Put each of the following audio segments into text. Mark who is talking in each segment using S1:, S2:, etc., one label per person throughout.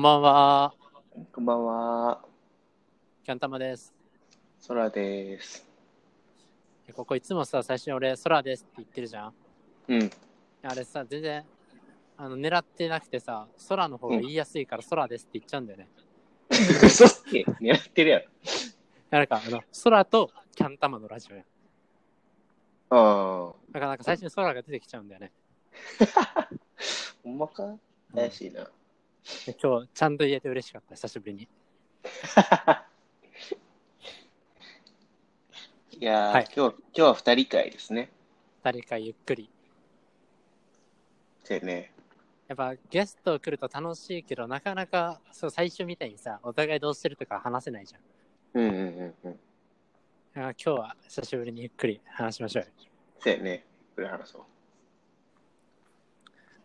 S1: ばんは。
S2: こんばんは。
S1: キャンタマです。
S2: そらです。
S1: ここいつもさ、最初に俺、空ですって言ってるじゃん。
S2: うん。
S1: あれさ、全然、あの、狙ってなくてさ、空の方が言いやすいから空ですって言っちゃうんだよね。
S2: 嘘つけ。狙ってるや
S1: なんか、あの、空とキャンタマのラジオや。
S2: ろ。
S1: だからなんか最初に空が出てきちゃうんだよね。
S2: うん。ほんまか
S1: うん
S2: 怪しいな。
S1: で今日、ちゃんと言えて嬉しかった、久しぶりに。
S2: いやー、
S1: はい
S2: 今日、今日は二人会ですね。
S1: 誰かゆっくり。
S2: でね。
S1: やっぱゲスト来ると楽しいけど、なかなか、そう、最初みたいにさ、お互いどうしてるとか話せないじゃん。
S2: うんうんうんう
S1: だ
S2: ん。
S1: から今日は久しぶりにゆっくり話しましょうよ。
S2: そうやね。これ話そう。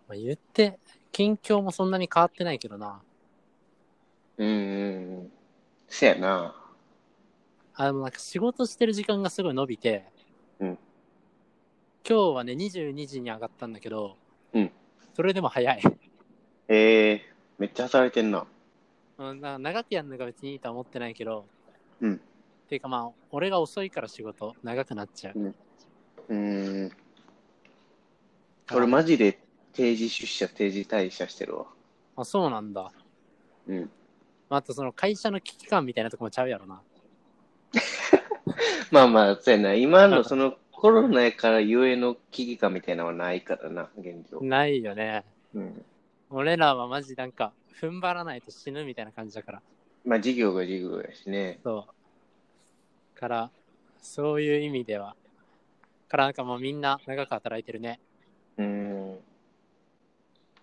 S1: まあ、言って、近況もそんなに変わってないけどな。
S2: うんうんうん。そうやな。
S1: あ、でもなんか仕事してる時間がすごい伸びて、
S2: うん
S1: 今日はね、22時に上がったんだけど、
S2: うん
S1: それでも早い。
S2: えー、めっちゃ働いてんな。
S1: うんな長くやるのが別にいいとは思ってないけど、
S2: うん
S1: っていうかまあ、俺が遅いから仕事、長くなっちゃう。
S2: うーん。俺マジで定時出社、定時退社してるわ。
S1: あ、そうなんだ。
S2: うん。
S1: まあ、あとその会社の危機感みたいなとこもちゃうやろな。
S2: まあまあ、そうやな。今のそのコロナやからゆえの危機感みたいなのはないからな、現状。
S1: ないよね。
S2: うん。
S1: 俺らはマジなんか、踏ん張らないと死ぬみたいな感じだから。
S2: まあ、事業が事業やしね。
S1: そう。から、そういう意味では。から、なんかもうみんな長く働いてるね。
S2: うーん。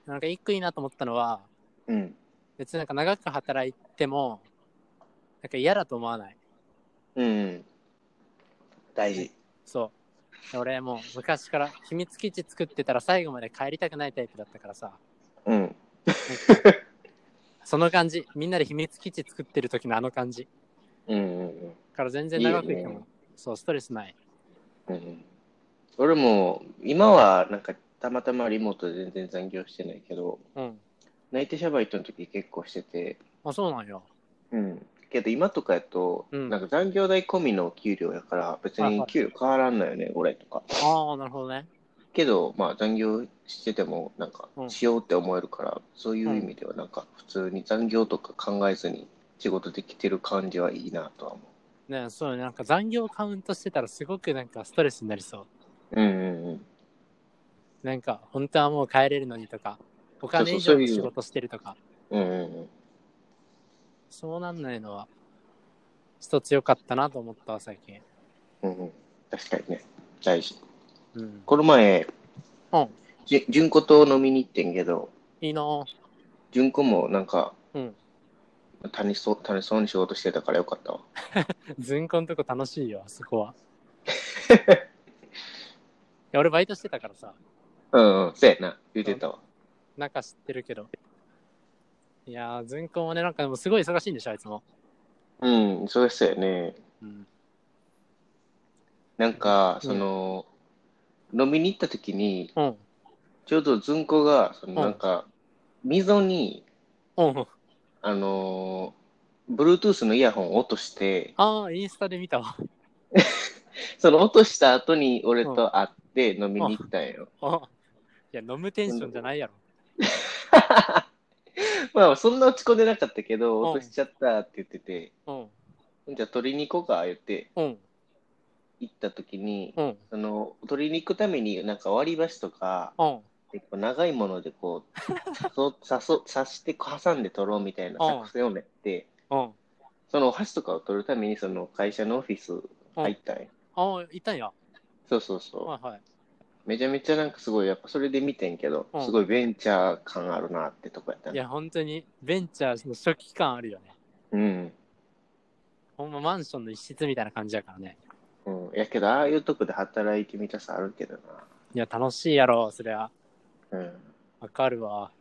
S1: なんか一個いいなと思ったのは、
S2: うん。
S1: 別になんか長く働いても、なんか嫌だと思わない。
S2: うん。大事。
S1: そう。俺もう昔から秘密基地作ってたら最後まで帰りたくないタイプだったからさ、
S2: うん。
S1: その感じ、みんなで秘密基地作ってる時のあの感じ
S2: うんうん
S1: から全然長くいても、
S2: いいよね
S1: そう、ストレスない。
S2: うん。うん。俺も、今はなんかたまたまリモートで全然残業してないけど、
S1: うん。
S2: 内定者バイトの時結構してて、
S1: あ、そうなんよ。
S2: うん。けど今とかやと、
S1: うん
S2: なんか残業代込みの給料やから、別
S1: はい
S2: に
S1: はい
S2: 給料変わらんのよね、俺とか。
S1: ああ、なるほどね。
S2: けど、まあ、残業してても、なんか
S1: う、ん
S2: しようって思えるから、そういう意味では、なんか、普通に残業とか考えずに仕事できてる感じはいいなとは思
S1: ねそうね。なんか残業カウントしてたらすごくなんかストレスになりそう。
S2: う。うんうんうん。
S1: なんか、本当はもう帰れるのにとか、お金以
S2: そ
S1: 上
S2: うそ
S1: の
S2: うそういう
S1: 仕事してるとか、
S2: うんうんうん。
S1: そうなんないのは、一つ良かったなと思ったわ、最近。
S2: うんうん、確かにね、大事。
S1: うん。
S2: この前、
S1: うん。
S2: じゅ純子と飲みに行ってんけど、
S1: いいなぁ
S2: 純子もなんか、
S1: うん。
S2: 楽しそう、楽しそうに仕事してたからよかったわ。
S1: ずんこのとこ楽しいよ、あそこ は。いや、俺バイトしてたからさ、
S2: うんうん、そうやな、言うてたわ。
S1: なんか知ってるけど。いやー、ずんこもね、なんかでもすごい忙しいんでしょ、あいつも。
S2: うん、忙しそうやね。
S1: うん。
S2: なんか、
S1: うん
S2: その、飲みに行った時に、
S1: うん。
S2: ちょうどずんこが、その
S1: ん
S2: なんか、溝に、
S1: うん。
S2: あのー、Bluetooth のイヤホンを落として、
S1: ああ、インスタで見たわ。
S2: その落とした後に俺と会って飲みに行ったんよ。
S1: あいや、飲むテンションじゃないやろ。
S2: まあ、そんな落ち込んでなかったけど、
S1: うん
S2: 落としちゃったって言ってて、
S1: うん。
S2: じゃあ取りに行こうか、言って
S1: うん。
S2: 行った時に、
S1: うん。
S2: その、取りに行くために、なんか割り箸とか、
S1: うん。
S2: 結構長いものでこ う、そう刺そう刺して挟んで取ろうみたいな作戦を練って、
S1: うん。
S2: そのお箸とかを取るために、その会社のオフィス入ったんよ。
S1: ああ、いたんや。
S2: そうそうそう。
S1: はいはい。
S2: めちゃめちゃなんかすごい、やっぱそれで見てんけど、
S1: うん
S2: すごいベンチャー感あるなってとこやった
S1: い
S2: ね。
S1: や、本当に、ベンチャーの初期感あるよね。
S2: うん。
S1: ほんまマンションの一室みたいな感じやからね。
S2: うん。やけど、ああいうとこで働いてみたさあるけど
S1: いや、楽しいやろ、そりゃ。
S2: な。うん。
S1: わかるわ。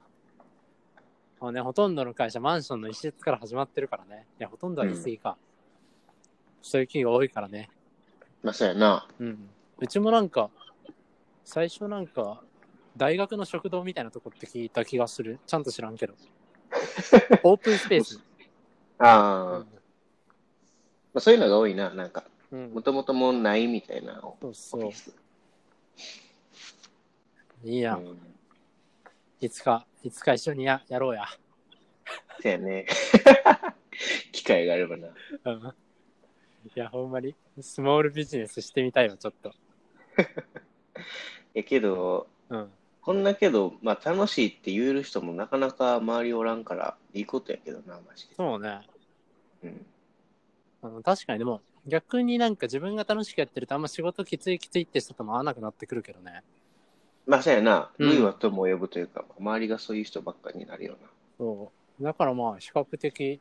S1: もうね、ほとんどの会社、マンションの一室から始まってるからね。いや、ほとんどは言い過ぎか。そういう企業多いからね。
S2: まあ、そうやな。
S1: うん。うちもなんか、最初なんか、大学の食堂みたいなとこって聞いた気がする。ちゃんと知らんけど。オープンスペース。
S2: ああ、まあ、そういうのが多いな。なんか、
S1: うん
S2: も。ともともうないみたいなオ
S1: そう
S2: フ
S1: そ
S2: ィ
S1: う。
S2: ス。
S1: いいうや、
S2: ん。
S1: いつか、いつか一緒にややろうや。
S2: そうやね。 機会があればな。
S1: うんいや、ほんまに、スモールビジネスしてみたいわ、ちょっと。
S2: やけど、
S1: うん。
S2: こんなけど、まあ楽しいって言える人もなかなか周りおらんから、いいことやけどな、マジで。
S1: そうね。
S2: うん。
S1: あの確かに、でも、逆になんか自分が楽しくやってると、あんま仕事きついきついって人とも合わなくなってくるけどね。
S2: まあそうやな、
S1: うん
S2: 類は友を呼ぶというか、周りがそういう人ばっかりになるよな。
S1: そう。だからまあ、比較的、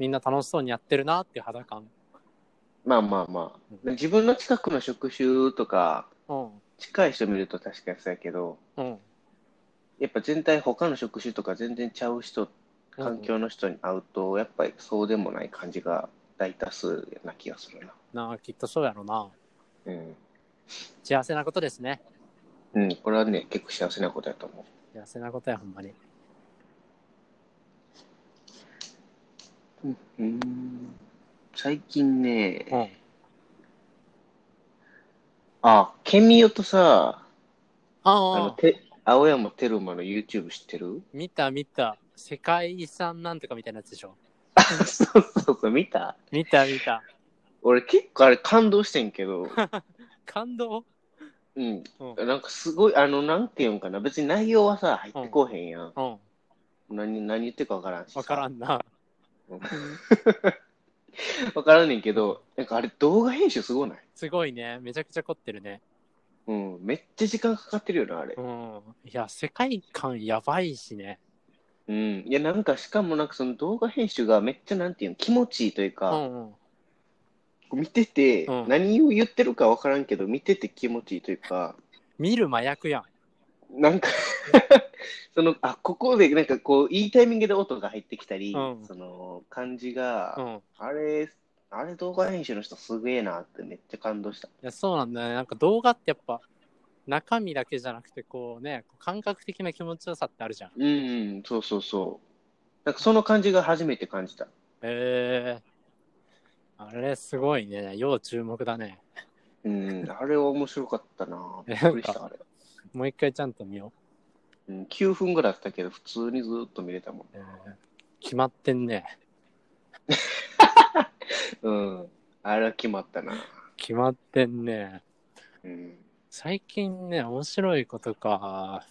S1: みんな楽しそうにやってるなっていう肌感。
S2: まあまあま
S1: う
S2: あ。自分の近くの職種とか、
S1: うん。
S2: 近い人見ると確かにそうやけど、
S1: うん。
S2: やっぱ全体他の職種とか全然ちゃう人、環境の人に会うと、やっぱりそうでもない感じが大多数な気がするな。
S1: なあ、きっとそうやろな。
S2: うん。
S1: 幸せなことですね。
S2: うん、これはね、結構幸せなことやと思
S1: 幸せなことや、ほんまに。
S2: う。うん。最近ね、
S1: うん。
S2: あ、ケミオとさ、あ
S1: あ
S2: の、
S1: あ、
S2: て青山テルマの YouTube 知ってる
S1: 見た見た。世界遺産なんとかみたいなやつでしょ。
S2: そうそうそう、見た
S1: 見た見た。
S2: 俺結構あれ感動してんけ ど、
S1: 感動
S2: うん。
S1: うん。
S2: なんかすごい、あの、なんていうんかな、別に内容はさ、入ってこうへんやん。
S1: うん。
S2: 何、何言ってるかわからんしさ。
S1: わから
S2: ん。
S1: んな。
S2: わからんねんけど、なんかあれ動画編集すごない
S1: すごいね。めちゃくちゃ凝ってるね。
S2: うん。めっちゃ時間かかってるよな、あれ
S1: う。ん。いや、世界観やばいしね。
S2: うん。いや、なんかしかもなんかその動画編集がめっちゃなんていうん気持ちいいという
S1: う
S2: か、
S1: んうん。
S2: 見てて、
S1: うん
S2: 何を言ってるかわからんけど、見てて気持ちいいというか、
S1: 見る麻薬やん。
S2: な んか、その、あ、ここで、なんかこう、いいタイミングで音が入ってきたり、
S1: うん
S2: その、感じが、
S1: うん。い
S2: あれ、あれ動画編集の人すげえなってめっちゃ感動した。
S1: や、そうなんだね。なんか動画ってやっぱ、中身だけじゃなくて、こうね、感覚的な気持ちよさってあるじゃん。
S2: うん、うん、そうそうそう。なんかその感じが初めて感じた。
S1: ええあれ、すごいね。要注目だね。
S2: うん、あれは面白かったな。
S1: え
S2: びっくりした、あれ。
S1: もう一回ちゃんと見よ
S2: うん、9分ぐらいだったけど、普通にずっと見れたも
S1: う。
S2: ん。
S1: ええ決まってんね。
S2: うん、あれは決まったな。
S1: 決まってんね。
S2: うん、
S1: 最近ね、面白いことか。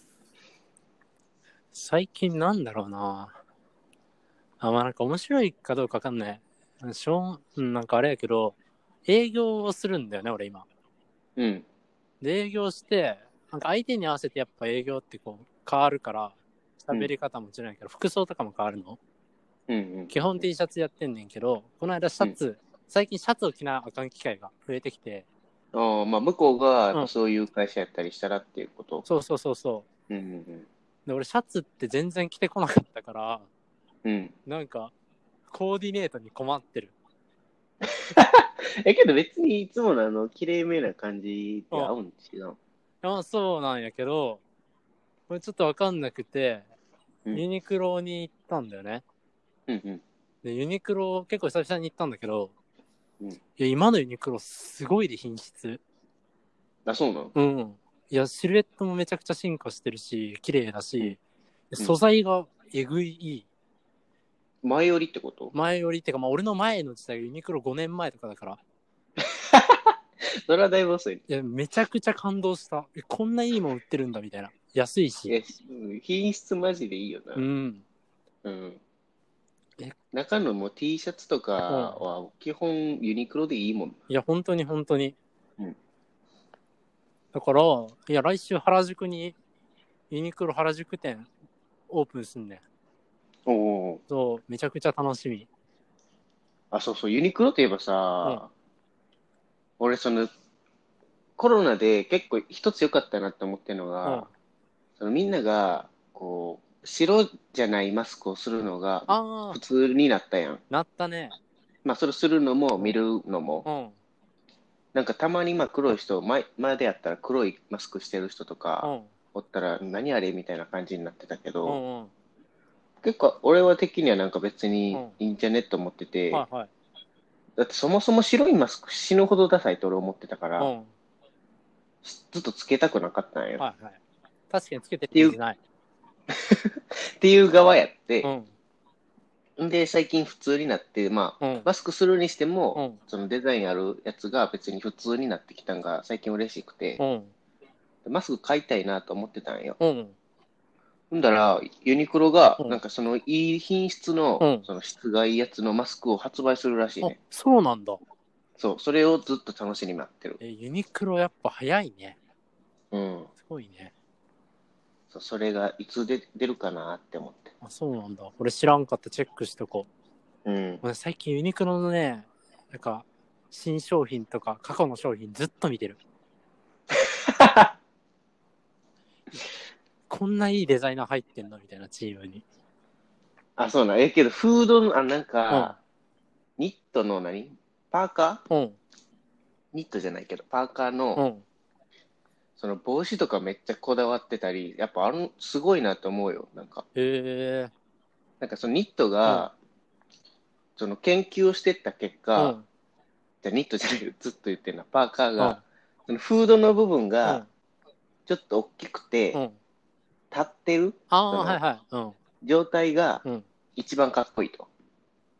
S1: 最近なんだろうな。あ、まあなんか面白いかどうかわかんない。しょう、うんなんかあれやけど、営業をするんだよね、俺今。
S2: うん、
S1: で、営業して、なんか相手に合わせてやっぱ営業ってこう変わるから、喋り方も違うんやけど、服装とかも変わるの。
S2: うん、うん。
S1: 基本 T シャツやってんねんけど、この間シャツ、最近シャツを着なあかん機会が増えてきて、
S2: ああ、まあ、向こうがやっ
S1: うん
S2: ぱそういう会社やったりしたらっていうこと。
S1: そうそうそうそ
S2: うん、うん、
S1: う。で、俺シャツって全然着てこなかったから、
S2: うん。うん。
S1: なんか、コーディネートに困ってる。
S2: え、けど別にいつものあの、綺麗めな感じで合うん違う
S1: あそうなんやけど、これちょっとわかんなくて、
S2: うん
S1: ユニクロに行ったんだよね。
S2: うん、うん。
S1: で、ユニクロ結構久々に行ったんだけど、
S2: うん
S1: いや、今のユニクロすごいで品質。
S2: あ、そうなの
S1: うん。いや、シルエットもめちゃくちゃ進化してるし、綺麗だし、
S2: うん
S1: 素材がえぐいいい。
S2: 前よりってこと
S1: 前よりってか、まあ俺の前の時代がユニクロ5年前とかだから、
S2: それはだいぶ遅い。
S1: いや、めちゃくちゃ感動した。えこんないいもん売ってるんだみたいな。安い
S2: い
S1: し。
S2: や、うん品質マジでいいよな
S1: う。ん。
S2: うん
S1: え。
S2: 中のもう T シャツとかは基本ユニクロでいいもん。
S1: いや、本当に本当に。
S2: うん
S1: だから、いや、来週原宿にユニクロ原宿店オープンすんねん。
S2: おお。
S1: そう、めちゃくちゃ楽しみ。
S2: あ、そうそう、ユニクロといえばさ、俺その、コロナで結構一つ良かったなって思ってるのが、
S1: うん
S2: そのみんなが、こう、白じゃないマスクをするのが
S1: あ
S2: 普
S1: あ、
S2: 通になったやん。
S1: なったね。
S2: まあ、それするのも見るのも、
S1: うん。
S2: なんかたまにまあ黒い人、前前でやったら黒いマスクしてる人と
S1: う
S2: か
S1: ん。
S2: おったら、何あれみたいな感じになってたけ
S1: う
S2: ど、
S1: んうん。
S2: 結構俺は的にはなんか別に
S1: うん
S2: いいんじゃねと思ってて、
S1: はいはい。
S2: だってそもそも白いマスク死ぬほどダサいと俺思ってたか
S1: う
S2: ら、
S1: ん。
S2: ずっとつけたくなかったんよ、
S1: はいはい。確かにつけてる意味ない。
S2: っていう側やって
S1: う、ん。
S2: んで最近普通になってまあ
S1: うん。
S2: マスクするにして
S1: う
S2: も、
S1: ん。
S2: そのデザインあるやつが別に普通になってきたんが最近嬉しくて
S1: う、ん。
S2: マスク買いたいなと思ってたんよ。
S1: うん。
S2: ほんだら、ユニクロが、
S1: うん
S2: なんかそのいい品質の、
S1: うん
S2: その室外やつのマスクを発売するらしい
S1: あ
S2: ね。、
S1: そうなんだ。
S2: そう、それをずっと楽しみに待ってる。
S1: え、ユニクロやっぱ早いね。
S2: うん。
S1: すごいね。
S2: そうそれがいつで出るかなって思って。
S1: あ、そうなんだ。俺知らんかった。チェックしとこ
S2: うん
S1: う。。俺最近ユニクロのね、なんか、新商品とか過去の商品ずっと見 てる。こんないいデザイナー入ってんのみたいなチームに。
S2: あ、そうなん。え、けど、フードの、あ、なんか、ニットの何パーカー
S1: うん。
S2: ニットじゃないけど、パーカ
S1: う
S2: ーの、
S1: ん。
S2: その帽子とかめっちゃこだわってたり、やっぱあの、すごいなと思うよ。なんか、
S1: へえ。
S2: なんかそのニットが、その研究をしてった結
S1: う
S2: 果、
S1: ん。
S2: じゃあニットじゃないよ ずっと言ってるな、パーカー
S1: うん。
S2: が、そのフードの部分がちょっと大きくて、
S1: うん。
S2: 立ってる
S1: あ
S2: そ
S1: あ、
S2: の
S1: はいはい。うん。
S2: 状態が
S1: うん
S2: 一番かっこいいと。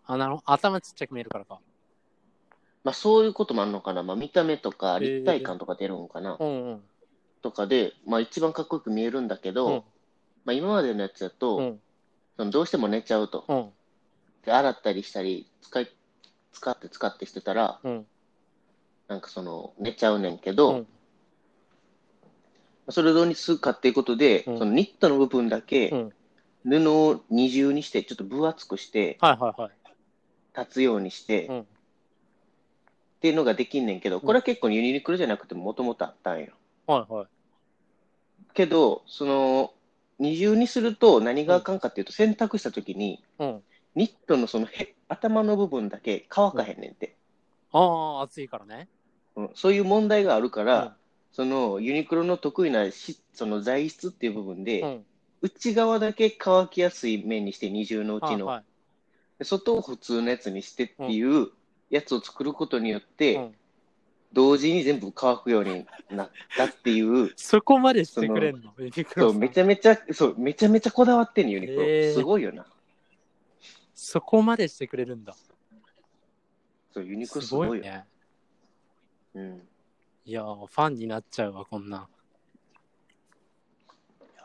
S1: あ、なるほど。頭ちっちゃく見えるからか。
S2: まあそういうこともあるのかな、まあ見た目とか
S1: へー
S2: 立体感とか出るのかな、
S1: うんうん。
S2: とかで、まあ一番かっこよく見えるんだけど、
S1: うん。
S2: まあ今までのやつだと、
S1: うん。
S2: そのどうしても寝ちゃうと。
S1: うん。
S2: で洗ったりしたり、使い、使って使ってしてたら、
S1: うん。
S2: なんかその寝ちゃうねんけど、
S1: うん
S2: それをどうにするかっていうことで、
S1: うん
S2: そのニットの部分だけ
S1: うん
S2: 布を二重にして、ちょっと分厚くして、
S1: はいはいはい。
S2: 立つようにして、
S1: う
S2: っ
S1: ん。
S2: ていうのができんねんけど、これは結構ユニクロじゃなくてもともとあったんよ。
S1: はいはい。
S2: けど、その、二重にすると何があかんかっていうと、洗濯した時に、
S1: うん。
S2: ニットのそのへ頭の部分だけ乾かへんねんって。
S1: ああ、暑いからね。
S2: うんそういう問題があるから、
S1: うん
S2: そのユニクロの得意なしその材質っていう部分で、
S1: うん。
S2: 内側だけ乾きやすい面にして二重のう
S1: は
S2: ち
S1: い
S2: の、
S1: はい。
S2: で外を普通のやつにしてっていうやつを作ることによって、
S1: うん
S2: 同時に全部乾くようになったっていう
S1: そこまでしてくれんのユニク
S2: そ
S1: ロ
S2: う
S1: さん
S2: めちゃめちゃそうめちゃめちゃこだわってんのユニクロ、
S1: へー
S2: すごいよな
S1: そこまでしてくれるんだ。
S2: そうユニクロ
S1: す
S2: すご
S1: ご
S2: いよ
S1: いね。
S2: うん、
S1: いやー、ファンになっちゃうわ、こんなん。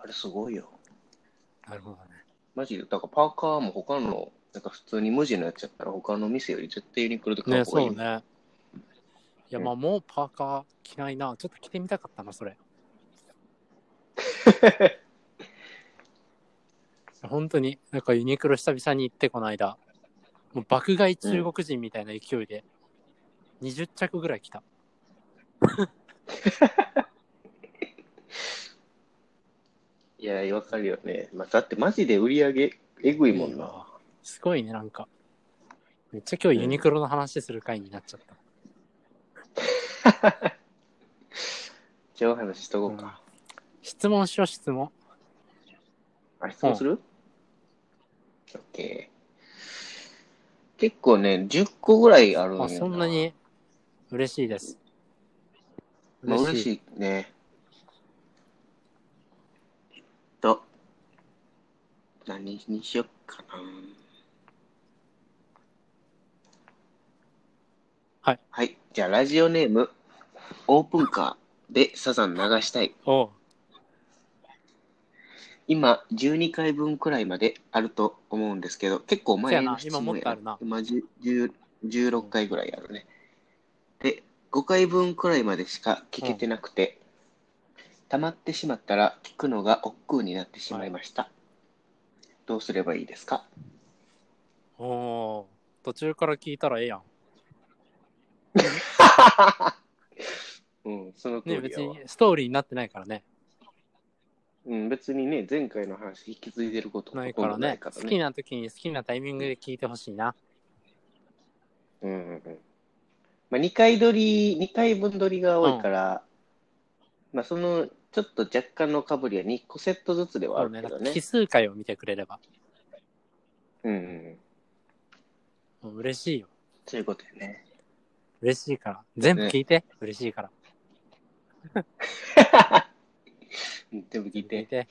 S2: あれすごいよ
S1: なるほどね。
S2: マジでだからパーカーも他のなんか普通に無地のやつやったら他の店より絶対ユニクロで買
S1: ね、
S2: う方がいい
S1: そうね。いや、
S2: うん
S1: まあ、もうパーカー着ないな。ちょっと着てみたかったな、それ。本当に、なんかユニクロ久々に行って、この間。もう爆買い中国人みたいな勢いで、20着ぐらい来た。
S2: いやわかるよね、まあ、だってマジで売り上げえぐいもんな、
S1: すごいね、なんか。めっちゃ今日ユニクロの話する回になっちゃった。
S2: じゃあお話ししとこう
S1: うん
S2: か、
S1: 質問しよう、質問。
S2: あ質問する、?OK 結構ね10個ぐらいあるんよ
S1: あ、そんなに嬉しいです。
S2: まあ嬉しいね。と、何にしよっかな。
S1: はい。
S2: はい。じゃあ、ラジオネーム、オープンカーでサザン流したい。
S1: おう
S2: 今、12回分くらいまであると思うんですけど、結構前の質問
S1: そうやな今もっとあるな
S2: 今10 10 16回ぐらいあるね。で、5回分くらいまでしか聞けてなくて、溜まってしまったら聞くのが億劫になってしまいました。どうすればいいです か
S1: おー途中から聞いたらええやん。
S2: うん、その通
S1: ね、
S2: りや
S1: 別
S2: わ
S1: にストーリーになってないからね。
S2: うん、別にね、前回の話引き継いでること
S1: な
S2: ほ
S1: い
S2: と
S1: か
S2: んど
S1: らね。
S2: ないから
S1: 好
S2: ね。
S1: きな時に好きなタイミングで聞いてほしいな。
S2: うんうんうんまあ、2回撮り、2回分撮りが多いから、まあそのちょっと若干のかぶりは2個セットずつではあ
S1: そう
S2: る
S1: ね。
S2: け
S1: だ
S2: ど
S1: って
S2: ね
S1: 奇。数回を見てくれれば。
S2: うんうん。
S1: もう嬉しいよ。
S2: そういうことよね。
S1: 嬉しいから。全部聞いて。嬉しいから。
S2: うん全部
S1: 聞
S2: 聞い
S1: い
S2: て。
S1: て。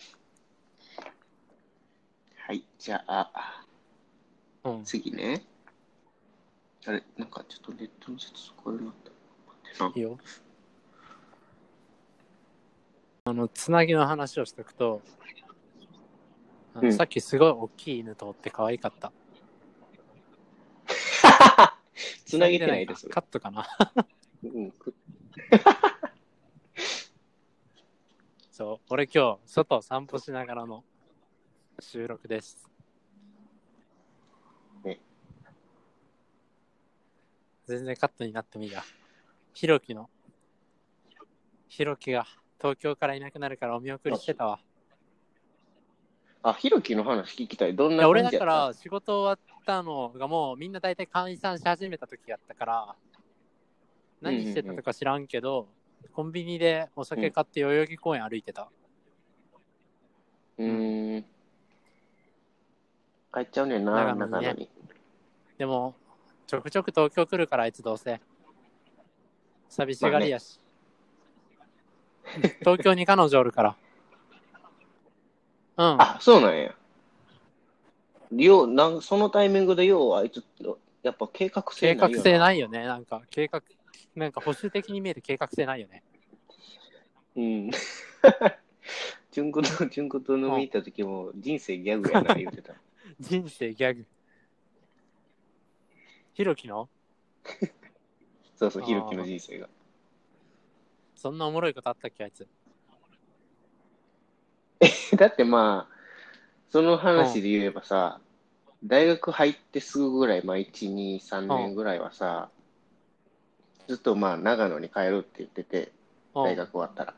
S2: はい、じゃあ、
S1: うん。
S2: 次ね。あれ、なんかちょっとネットの説聞こえる なった。待って
S1: いいよ。あの、つなぎの話をしておくと、あの
S2: うん
S1: さっきすごい大きい犬とって可愛かった。
S2: な。つなげてないです。
S1: カットかな。
S2: うん、
S1: そう、俺今日、外を散歩しながらの収録です。
S2: ね
S1: 全然カットになってもいいや。ひろきの、ひろきが東京からいなくなるからお見送りしてたわ。
S2: あ、ひろきの話聞きたい。どん
S1: い
S2: な
S1: や俺だ
S2: 感じやった
S1: から仕事終わったのがもうみんな大体解散し始めた時やったから何してたとか知らんけど、コンビニでお酒買って代々木公園歩いてた、
S2: うーん。帰っちゃうねんな、
S1: 長野
S2: 長
S1: にね
S2: 野に。
S1: でもちょくちょく東京来るからあいつどうせ寂しがりやし、東京に彼女おるからうん
S2: あ、そうなんや。よう、なんそのタイミングでよう、あいつ、やっぱ計画
S1: 計
S2: 性な
S1: 画
S2: いよな
S1: 性ないよねなんか計画なんか保守的に見える計画性ないよね
S2: うん。 純子と、純子と飲みに行った時も、人生ギャグやな、言 ってた。
S1: 人生ギャグひろきの
S2: そうそう、
S1: あー
S2: ひろきの人生が。
S1: そんなおもろいことあったっけあいつ。
S2: だってまあ、その話で言えばさ、大学入ってすぐぐらい、まあ、1、2、3年ぐらいはさ、ずっとまあ、長野に帰るって言ってて、
S1: うん
S2: 大学終わったら。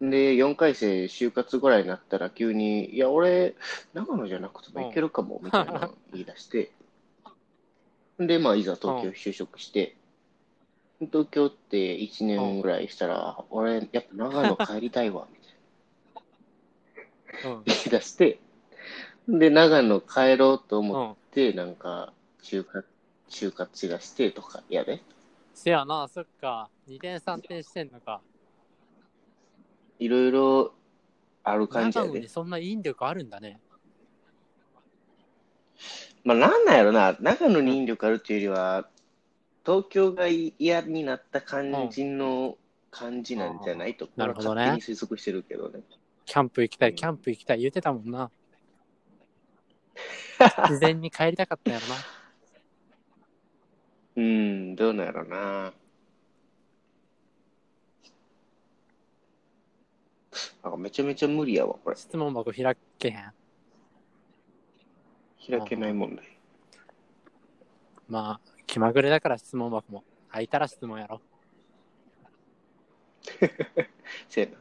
S2: で、4回生就活ぐらいになったら急に、いや、俺、長野じゃなくてもいけるかも、みたいなの言い出して、で、まあ、いざ東京就職して、東京って1年ぐらいしたら、俺、やっぱ長野帰りたいわ、みたいな
S1: うん。
S2: 言い出して、で、長野帰ろうと
S1: う
S2: 思
S1: ん。
S2: って、なんか、就活、就活しだしてとか、やで、
S1: せやな、そっか。2点3点してんのか。
S2: いろいろある感じ
S1: 長
S2: や
S1: 野
S2: で
S1: に。そんな引力あるんだね。
S2: まあ、なんなんやろな、長野に引力あるっていうよりは、東京が嫌になった感じの感じなんじゃないと、
S1: なるほどね
S2: 勝手に推測してるけどね。
S1: キャンプ行きた
S2: う
S1: い、
S2: ん
S1: キャンプ行きたい言ってたもん な。自然に帰りたかったやろな。
S2: うん、どうなんやろな。なんかめちゃめちゃ無理やわ、これ。
S1: 質問箱開けへん。
S2: 開けないもんね。
S1: まあ、気まぐれだから質問箱も。開いたら質問やろ。
S2: せやな。